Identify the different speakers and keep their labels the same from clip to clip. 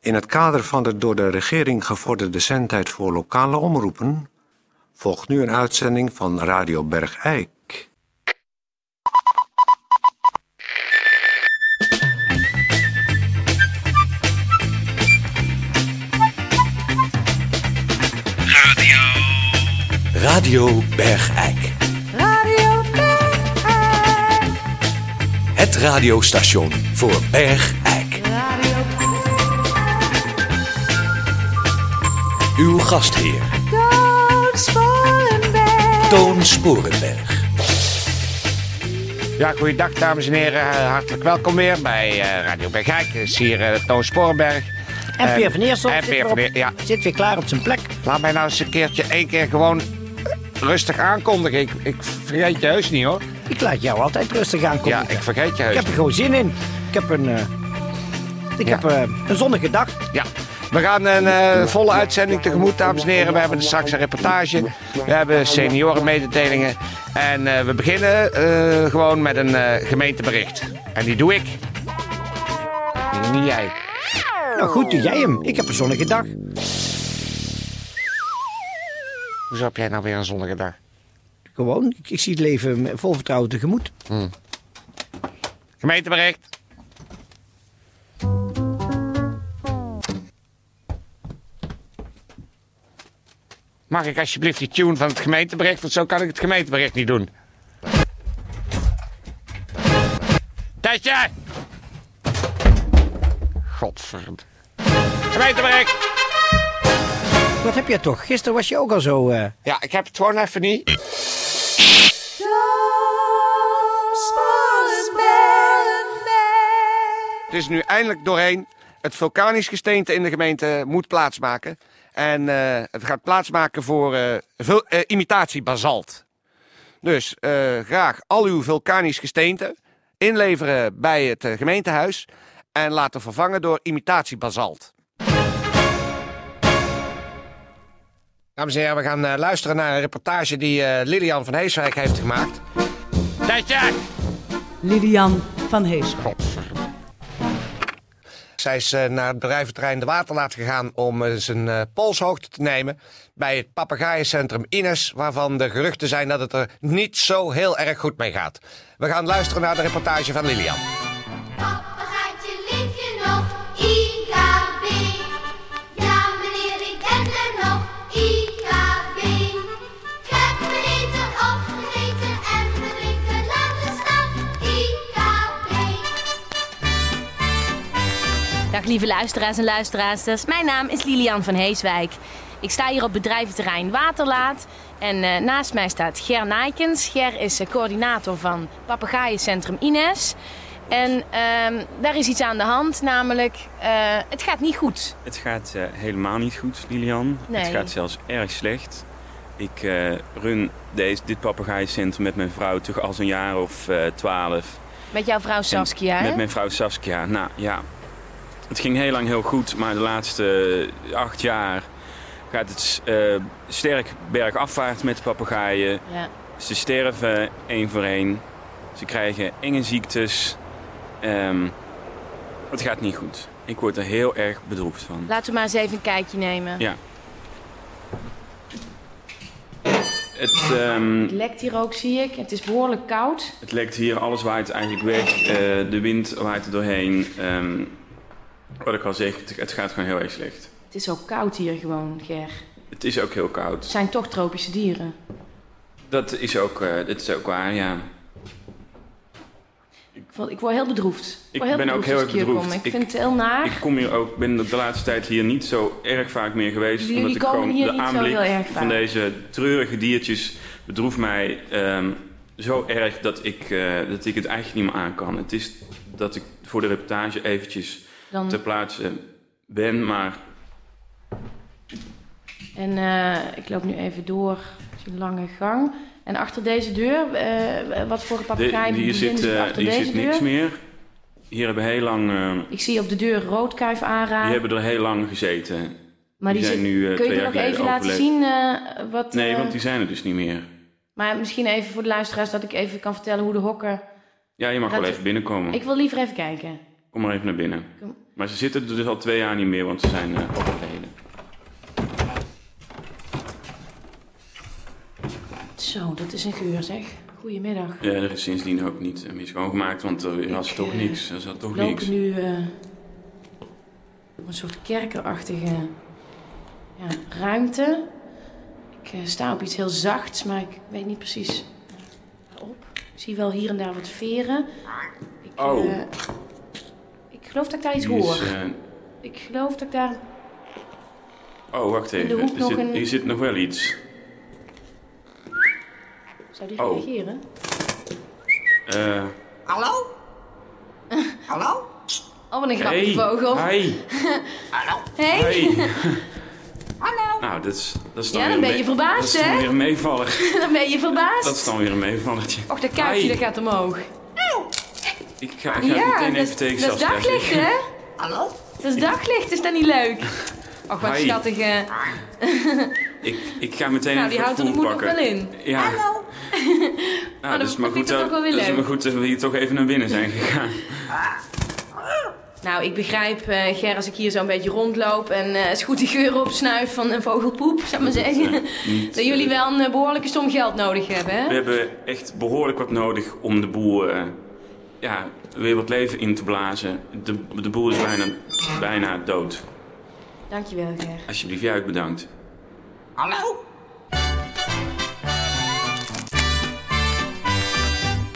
Speaker 1: In het kader van de door de regering gevorderde zendtijd voor lokale omroepen volgt nu een uitzending van Radio Bergijk.
Speaker 2: Radio Bergijk.
Speaker 3: Radio Bergijk.
Speaker 2: Het radiostation voor Bergijk.
Speaker 3: Radio
Speaker 2: Uw gastheer
Speaker 3: Toon Sporenberg.
Speaker 2: Toon Sporenberg.
Speaker 4: Ja, goeiedag dames en heren. Eh, Hartelijk welkom weer bij eh, Radio Bergijk. Het is hier eh, Toon Sporenberg. Eh,
Speaker 5: En Peer van Eersel
Speaker 4: En
Speaker 5: zit,
Speaker 4: Peer
Speaker 5: weer
Speaker 4: van
Speaker 5: op-
Speaker 4: Eer- ja.
Speaker 5: zit weer klaar op zijn plek.
Speaker 4: Laat mij nou eens een keertje, één keer gewoon rustig aankondigen. Ik, ik vergeet je heus niet hoor.
Speaker 5: Ik laat jou altijd rustig aankomen.
Speaker 4: Ja, ik vergeet je heus
Speaker 5: Ik heb er
Speaker 4: niet.
Speaker 5: gewoon zin in. Ik heb een, eh, ik
Speaker 4: Ja.
Speaker 5: heb, eh, een zonnige dag.
Speaker 4: Ja. We gaan een eh, volle uitzending tegemoet, dames en heren. We hebben straks een reportage. We hebben seniorenmededelingen. En eh, we beginnen eh, gewoon met een eh, gemeentebericht. En die doe ik. Niet jij.
Speaker 5: Nou goed, doe jij hem. Ik heb een zonnige dag.
Speaker 4: Hoezo heb jij nou weer een zonnige dag?
Speaker 5: Gewoon, ik, ik zie het leven met- vol vertrouwen tegemoet.
Speaker 4: Gemeentebericht. Mag ik alsjeblieft die tune van het gemeentebericht? Want zo kan ik het gemeentebericht niet doen. Tijdje! Godverdomme. Gemeentebericht!
Speaker 5: Wat heb jij toch? Gisteren was je ook al zo... eh,
Speaker 4: Ja, ik heb het gewoon even niet.
Speaker 3: Toon Sporenberg.
Speaker 4: Het is nu eindelijk doorheen. Het vulkanisch gesteente in de gemeente moet plaatsmaken. En eh, het gaat plaatsmaken voor eh vul- eh, imitatie basalt. Dus eh, graag al uw vulkanisch gesteente inleveren bij het eh, gemeentehuis. En laten vervangen door imitatie basalt. Dames en heren, we gaan eh, luisteren naar een reportage die eh, Lilian van Heeswijk heeft gemaakt. Tijdje!
Speaker 6: Lilian van Hees.
Speaker 4: Zij is eh, naar het bedrijventerrein De Waterlaat gegaan om eh, zijn eh, polshoogte te nemen bij het papegaaiencentrum Ines, waarvan de geruchten zijn dat het er niet zo heel erg goed mee gaat. We gaan luisteren naar de reportage van Lilian.
Speaker 7: Papagaatje, leef je nog? IKB. Ja, meneer, ik ben er nog. IKB. Ik heb beneden opgegeten en mijn drinken laten staan. IKB.
Speaker 8: Dag lieve luisteraars en luisteraarsters, mijn naam is Lilian van Heeswijk. Ik sta hier op bedrijventerrein Waterlaat en eh, naast mij staat Ger Nijkens. Ger is eh, coördinator van Papegaaiencentrum Ines. En ehm, daar is iets aan de hand, namelijk eh, het gaat niet goed.
Speaker 9: Het gaat eh, helemaal niet goed, Lilian.
Speaker 8: Nee.
Speaker 9: Het gaat zelfs erg slecht. Ik eh, run deze, dit papegaaiencentra met mijn vrouw toch al zo'n jaar of eh, twaalf.
Speaker 8: Met jouw vrouw Saskia, hè?
Speaker 9: met mijn vrouw Saskia. Nou ja, het ging heel lang heel goed, maar de laatste eh, acht jaar gaat het eh, sterk bergafwaarts met de papegaaien.
Speaker 8: Ja.
Speaker 9: Ze sterven één voor één. Ze krijgen enge ziektes. Ehm, het gaat niet goed. Ik word er heel erg bedroefd van.
Speaker 8: Laten we maar eens even een kijkje nemen.
Speaker 9: Ja. Het, ehm,
Speaker 8: Het lekt hier ook, zie ik. Het is behoorlijk koud.
Speaker 9: het lekt hier, alles waait eigenlijk weg. Eh, de wind waait er doorheen. Ehm, wat ik al zeg, het, het gaat gewoon heel erg slecht.
Speaker 8: Het is ook koud hier gewoon, Ger.
Speaker 9: Het is ook heel koud.
Speaker 8: Het zijn toch tropische dieren.
Speaker 9: Dat is ook, eh dat is ook waar, ja.
Speaker 8: Want ik word heel bedroefd. Ik, word
Speaker 9: ben ook heel
Speaker 8: als ik
Speaker 9: erg
Speaker 8: hier
Speaker 9: bedroefd.
Speaker 8: kom. Ik,
Speaker 9: Ik-
Speaker 8: vind het heel naar.
Speaker 9: Ik kom hier ook, ben de laatste tijd hier niet zo erg vaak meer geweest.
Speaker 8: Jullie
Speaker 9: omdat ik
Speaker 8: komen
Speaker 9: gewoon
Speaker 8: hier
Speaker 9: de
Speaker 8: niet zo
Speaker 9: aanblik
Speaker 8: heel erg
Speaker 9: van
Speaker 8: vaak.
Speaker 9: deze treurige diertjes bedroeft mij ehm, zo erg dat ik, eh, dat ik het eigenlijk niet meer aan kan. Het is dat ik voor de reportage eventjes
Speaker 8: Dan,
Speaker 9: ter plaatse ben, maar
Speaker 8: en eh, ik loop nu even door een lange gang. En achter deze deur, eh, wat voor
Speaker 9: de-
Speaker 8: papegaai
Speaker 9: hier zit, eh,
Speaker 8: achter
Speaker 9: hier
Speaker 8: deze
Speaker 9: zit
Speaker 8: deur?
Speaker 9: niks meer. Hier hebben heel lang, eh,
Speaker 8: Ik zie op de deur roodkuif aanraken.
Speaker 9: die hebben er heel lang gezeten.
Speaker 8: maar
Speaker 9: die zijn nu, eh,
Speaker 8: Kun
Speaker 9: twee
Speaker 8: je die
Speaker 9: jaar geleden
Speaker 8: nog even laten
Speaker 9: overleden.
Speaker 8: zien eh, wat...
Speaker 9: Nee,
Speaker 8: eh,
Speaker 9: want die zijn er dus niet meer.
Speaker 8: Maar misschien even voor de luisteraars dat ik even kan vertellen hoe de hokker...
Speaker 9: Ja, je mag
Speaker 8: Dat-
Speaker 9: wel even binnenkomen.
Speaker 8: Ik wil liever even kijken.
Speaker 4: Kom maar even naar binnen.
Speaker 8: Kom.
Speaker 4: Maar ze zitten er dus al twee jaar niet meer, want ze zijn eh overleden.
Speaker 8: Zo, dat is een geur zeg. Goedemiddag.
Speaker 4: Ja, er is sindsdien ook niet eh, meer schoongemaakt, want er was toch
Speaker 8: eh,
Speaker 4: niks. Er zat toch
Speaker 8: We
Speaker 4: niks.
Speaker 8: lopen nu eh, op een soort kerkerachtige ja, ruimte. Ik eh, sta op iets heel zachts, maar ik weet niet precies op. Ik zie wel hier en daar wat veren. Ik,
Speaker 4: Oh.
Speaker 8: eh, ik geloof dat ik daar iets
Speaker 4: Die is,
Speaker 8: hoor.
Speaker 4: eh,
Speaker 8: Ik geloof dat ik daar...
Speaker 4: oh, wacht even.
Speaker 8: hoek
Speaker 4: Er
Speaker 8: nog
Speaker 4: zit,
Speaker 8: een-
Speaker 4: Hier zit nog wel iets.
Speaker 8: Zou die
Speaker 4: Oh.
Speaker 8: reageren?
Speaker 4: Eh
Speaker 3: Hallo? Hallo?
Speaker 8: Oh, wat een grappige
Speaker 4: hey,
Speaker 8: vogel.
Speaker 4: hey,
Speaker 8: Hey.
Speaker 4: hey.
Speaker 3: Hallo?
Speaker 4: Nou, dat is, dat is dan
Speaker 8: Ja, dan
Speaker 4: weer
Speaker 8: ben
Speaker 4: mee-
Speaker 8: je verbaasd,
Speaker 4: Dat is dan
Speaker 8: hè?
Speaker 4: weer een meevaller.
Speaker 8: Dan ben je verbaasd.
Speaker 4: Dat is dan weer een meevallertje.
Speaker 8: Och, dat kuifje
Speaker 4: Hey.
Speaker 8: dat gaat omhoog.
Speaker 4: Ik ga, ik ga het
Speaker 8: ja,
Speaker 4: meteen
Speaker 8: dat,
Speaker 4: even tegen
Speaker 8: dat is
Speaker 4: Sas zeggen.
Speaker 8: daglicht, hè?
Speaker 3: Hallo?
Speaker 8: Dat is daglicht, is dat niet leuk? Och, wat
Speaker 4: Hai.
Speaker 8: schattig. eh.
Speaker 4: Ik, ik ga meteen
Speaker 8: Nou,
Speaker 4: even
Speaker 8: die
Speaker 4: het
Speaker 8: houdt er de
Speaker 4: voer
Speaker 8: moed nog
Speaker 4: pakken.
Speaker 8: wel in.
Speaker 4: Ja,
Speaker 3: Hallo?
Speaker 4: nou, dat is
Speaker 8: dat
Speaker 4: maar
Speaker 8: vind
Speaker 4: goed
Speaker 8: ik toch
Speaker 4: dat,
Speaker 8: ook wel weer
Speaker 4: dat is
Speaker 8: leuk.
Speaker 4: maar goed dat we hier toch even naar binnen zijn gegaan.
Speaker 8: Nou, ik begrijp, eh, Ger, als ik hier zo'n beetje rondloop en eh eens goed die geur opsnuif van een vogelpoep, zou ik maar zeggen.
Speaker 4: eh, niet,
Speaker 8: dat jullie wel een eh, behoorlijke som geld nodig hebben, hè?
Speaker 4: We hebben echt behoorlijk wat nodig om de boel eh, ja, weer wat leven in te blazen. De, de boel is bijna, bijna dood.
Speaker 8: Dankjewel, Ger.
Speaker 4: Alsjeblieft, jij ook bedankt.
Speaker 3: Hallo?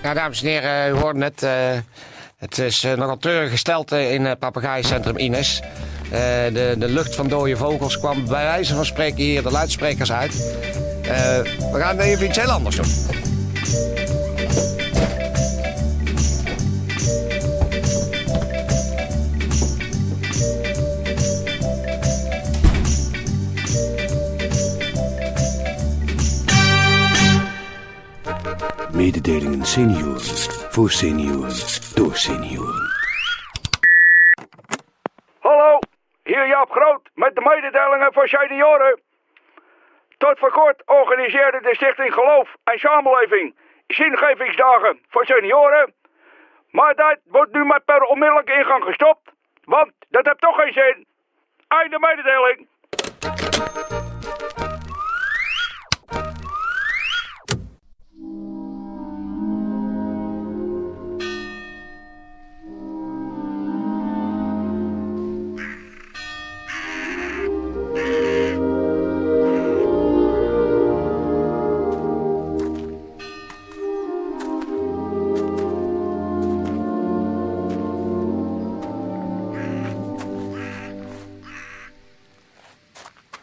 Speaker 10: Ja, dames en heren, u hoort net. eh, het is eh, nogal treurig gesteld eh, in het papegaaiencentrum Ines. Eh, de, de lucht van dode vogels kwam bij wijze van spreken hier de luidsprekers uit. Eh, we gaan even iets heel anders doen.
Speaker 11: Mededelingen senioren. Voor senioren. Door senioren.
Speaker 12: Hallo, hier Jaap Groot met de mededelingen voor senioren. Tot voor kort organiseerde de Stichting Geloof en Samenleving zingevingsdagen voor senioren. Maar dat wordt nu maar per onmiddellijke ingang gestopt, want dat heeft toch geen zin. Einde mededeling.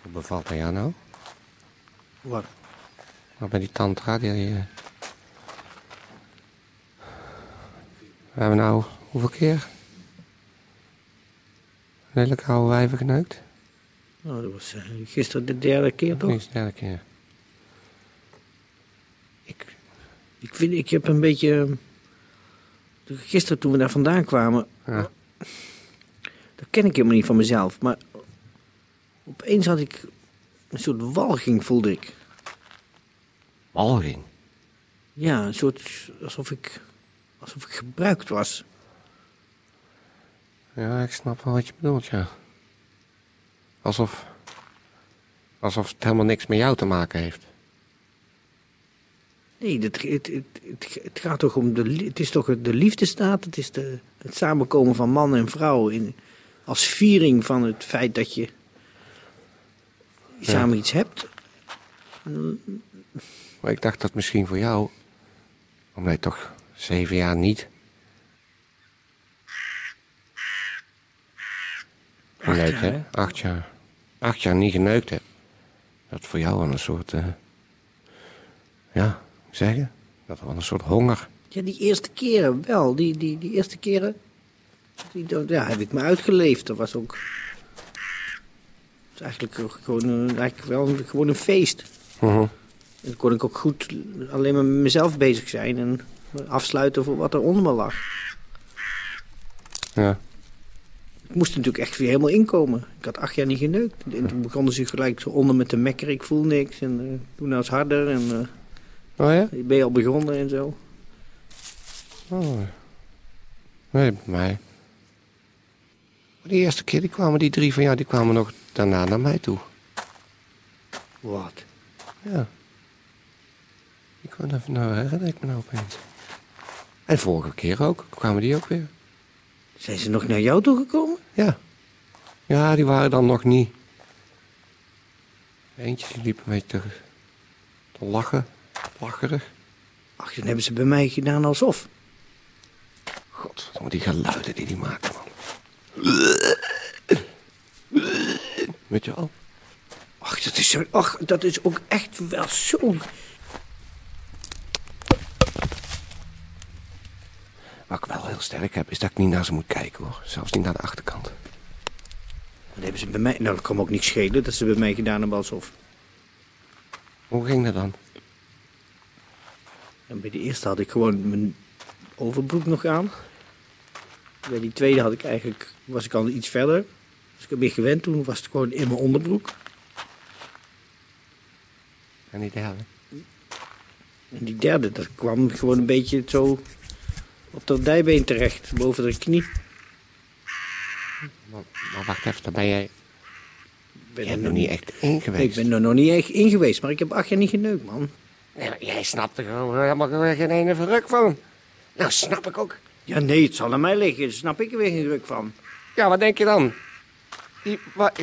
Speaker 10: Hoe bevalt dat jou nou?
Speaker 5: Wat?
Speaker 10: Wat met die tantra? Die, eh, We hebben nou hoeveel keer? Een hele oude wijven geneukt?
Speaker 5: Nou, dat was eh, gisteren de derde keer toch?
Speaker 10: Nee, is de derde keer.
Speaker 5: Ik, ik, vind, ik heb een beetje. eh, toen- Gisteren toen we daar vandaan kwamen.
Speaker 10: Ja.
Speaker 5: Dat ken ik helemaal niet van mezelf. Maar opeens had ik. Een soort walging voelde ik.
Speaker 10: Walging.
Speaker 5: Ja, een soort. alsof ik. alsof ik gebruikt was.
Speaker 10: Ja, ik snap wel wat je bedoelt, ja. Alsof. alsof het helemaal niks met jou te maken heeft.
Speaker 5: Nee, het, het, het, het, het gaat toch om de, lie- het is toch de liefdestaat. Het is de, het samenkomen van man en vrouw in, als viering van het feit dat je samen iets hebt.
Speaker 10: Maar ik dacht dat misschien voor jou. omdat je toch zeven jaar niet. geneukt
Speaker 5: jaar,
Speaker 10: hebt. Acht jaar. Acht jaar niet geneukt hebt. Dat voor jou wel een soort. eh, ja, hoe zeggen. Dat wel een soort honger.
Speaker 5: Ja, die eerste keren wel. Die, die, die eerste keren die, dat- ja, heb ik me uitgeleefd. Dat was ook dat was eigenlijk, ook gewoon, een- eigenlijk wel een- gewoon een feest. En dan kon ik ook goed alleen maar met mezelf bezig zijn en afsluiten voor wat er onder me lag.
Speaker 10: Ja.
Speaker 5: Ik moest natuurlijk echt weer helemaal inkomen. Ik had acht jaar niet geneukt. En toen begonnen ze gelijk zo onder met de mekker. Ik voel niks. En eh, toen nou eens harder. En
Speaker 10: Oh ja?
Speaker 5: eh, ben je al begonnen en zo.
Speaker 10: Oh. Nee, bij mij. De eerste keer die kwamen die drie van jou, die kwamen nog daarna naar mij toe.
Speaker 5: Wat?
Speaker 10: Ja. Ik kwam even, nou herinner ik me nou opeens. En vorige keer ook, kwamen die ook weer.
Speaker 5: Zijn ze nog naar jou toe gekomen?
Speaker 10: Ja. Ja, die waren dan nog niet. Eentje die liep een beetje te, te lachen, lacherig.
Speaker 5: Ach, dan hebben ze bij mij gedaan alsof.
Speaker 10: God, wat die geluiden die die maken, man. Weet je al?
Speaker 5: Ach, dat is, zo, ach, dat is ook echt wel zo'n...
Speaker 10: Wat ik wel heel sterk heb, is dat ik niet naar ze moet kijken hoor. Zelfs niet naar de achterkant.
Speaker 5: Dat hebben ze bij mij... Nou, dat kan me ook niet schelen dat ze bij mij gedaan hebben alsof.
Speaker 10: Hoe ging dat dan?
Speaker 5: En bij de eerste had ik gewoon mijn overbroek nog aan. Bij die tweede had ik eigenlijk, was ik al iets verder. Dus ik ben meer gewend toen, was het gewoon in mijn onderbroek.
Speaker 10: En die derde?
Speaker 5: En die derde, dat kwam gewoon een beetje zo op dat dijbeen terecht, boven de knie.
Speaker 10: Maar, maar wacht even, dan ben jij...
Speaker 5: Ben
Speaker 10: jij hebt nog niet echt één geweest.
Speaker 5: Ik ben er nog niet echt in geweest, maar ik heb acht jaar niet geneukt, man.
Speaker 10: Nee, maar jij snapt er gewoon helemaal geen ene verruk van. Nou, snap ik ook.
Speaker 5: Ja, nee, het zal aan mij liggen, daar snap ik er weer geen druk van.
Speaker 10: Ja, wat denk je dan? Die, wa-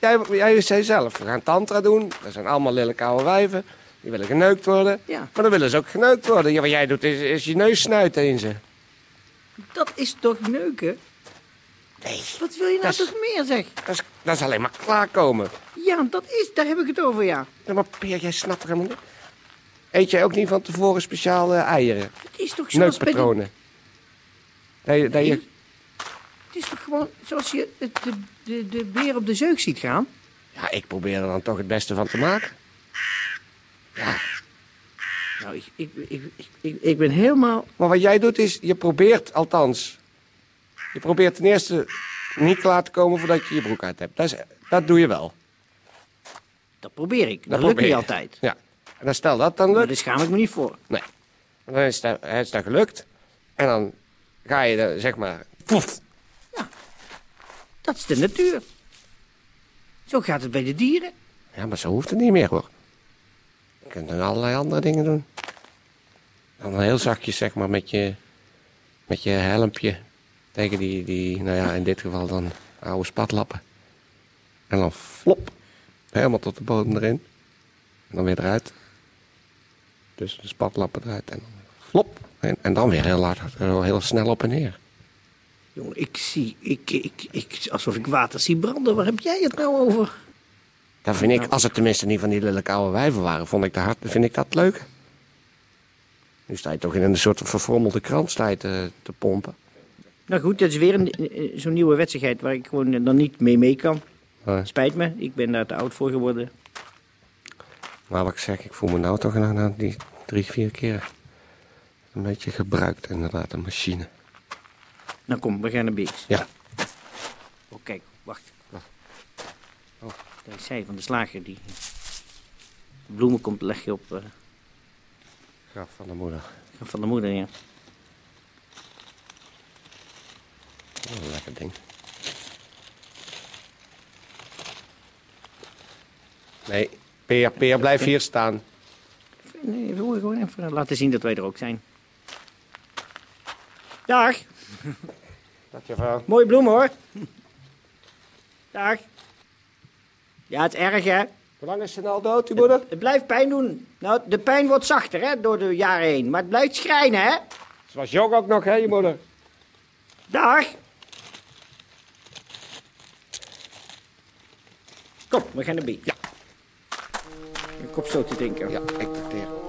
Speaker 10: jij, jij zei zelf, we gaan tantra doen. Dat zijn allemaal lelijke oude wijven. Die willen geneukt worden.
Speaker 5: Ja.
Speaker 10: Maar dan willen ze ook geneukt worden. Ja, wat jij doet is, is je neus snuiten in ze.
Speaker 5: Dat is toch neuken?
Speaker 10: Nee,
Speaker 5: Wat wil je nou
Speaker 10: Dat is-
Speaker 5: toch meer, zeg?
Speaker 10: dat is, dat is alleen maar klaarkomen.
Speaker 5: Ja, dat is, daar heb ik het over, ja.
Speaker 10: Ja, maar Peer, jij snapt er helemaal niet. Eet jij ook niet van tevoren speciaal eh, eieren?
Speaker 5: Het is toch zoals bij die-
Speaker 10: Neukpatronen? Dat je, dat je,
Speaker 5: Nee. Het is toch gewoon zoals je het- de, de, de beer op de zeug ziet gaan?
Speaker 10: ja, ik probeer er dan toch het beste van te maken.
Speaker 5: Nou, ik, ik, ik, ik, ik, ik ben helemaal...
Speaker 10: Maar wat jij doet is, je probeert althans. Je probeert ten eerste niet klaar te komen voordat je je broek uit hebt. Dat, is, dat doe je wel.
Speaker 5: Dat probeer ik. Dat,
Speaker 10: Dat
Speaker 5: lukt
Speaker 10: probeer
Speaker 5: niet
Speaker 10: je.
Speaker 5: altijd.
Speaker 10: Ja. En dan stel dat dan
Speaker 5: Maar
Speaker 10: lukt.
Speaker 5: daar schaam ik me niet voor.
Speaker 10: Nee. En Dan is dat, is dat gelukt. En dan ga je er, zeg maar. poef.
Speaker 5: Dat is de natuur. Zo gaat het bij de dieren.
Speaker 10: Ja, maar zo hoeft het niet meer hoor. Je kunt nog allerlei andere dingen doen. Dan heel zachtjes, zeg maar, met je, met je helmpje. Tegen die, die, nou ja, in dit geval dan oude spatlappen. En dan flop. Helemaal tot de bodem erin. En dan weer eruit. Tussen de spatlappen eruit. En dan flop. En, en dan weer heel, hard, heel, heel snel op en neer.
Speaker 5: Jongen, ik zie... Ik, ik, ik, alsof ik water zie branden. Waar heb jij het nou over?
Speaker 10: Dat vind ik, als het tenminste niet van die lelijke oude wijven waren, vond ik dat, hard- vind ik dat leuk. Nu sta je toch in een soort verfrommelde krant sta je te, te pompen.
Speaker 5: Nou goed, dat is weer een- eh, zo'n nieuwe wetsigheid waar ik gewoon eh, dan niet mee mee kan.
Speaker 10: Maar,
Speaker 5: Spijt me, ik ben daar te oud voor geworden.
Speaker 10: maar wat ik zeg, ik voel me nou toch na, na die drie, vier keer een beetje gebruikt. Inderdaad, een machine.
Speaker 5: Nou kom, we gaan naar Beeks.
Speaker 10: Ja.
Speaker 5: Oh, kijk, wacht. Dat is zij van de slager. Die de bloemen komt leg je op eh,
Speaker 10: Graf van de moeder.
Speaker 5: van de moeder, ja.
Speaker 10: Oh, een lekker ding. Nee, Peer, Peer, blijf hier staan.
Speaker 5: Nee, we willen gewoon even eh, laten zien dat wij er ook zijn. Dag,
Speaker 10: Dat je vrouw.
Speaker 5: mooie bloemen hoor. Dag. Ja, het is erg hè.
Speaker 10: Hoe lang is ze nou dood, die moeder?
Speaker 5: Het blijft pijn doen. Nou, de pijn wordt zachter hè, door de jaren heen. Maar het blijft schrijnen hè.
Speaker 10: Ze was jong ook nog, hè, je moeder?
Speaker 5: Dag. Kom, we gaan naar bier. Ja. Een kop zo te drinken.
Speaker 10: Ja, ik dateer.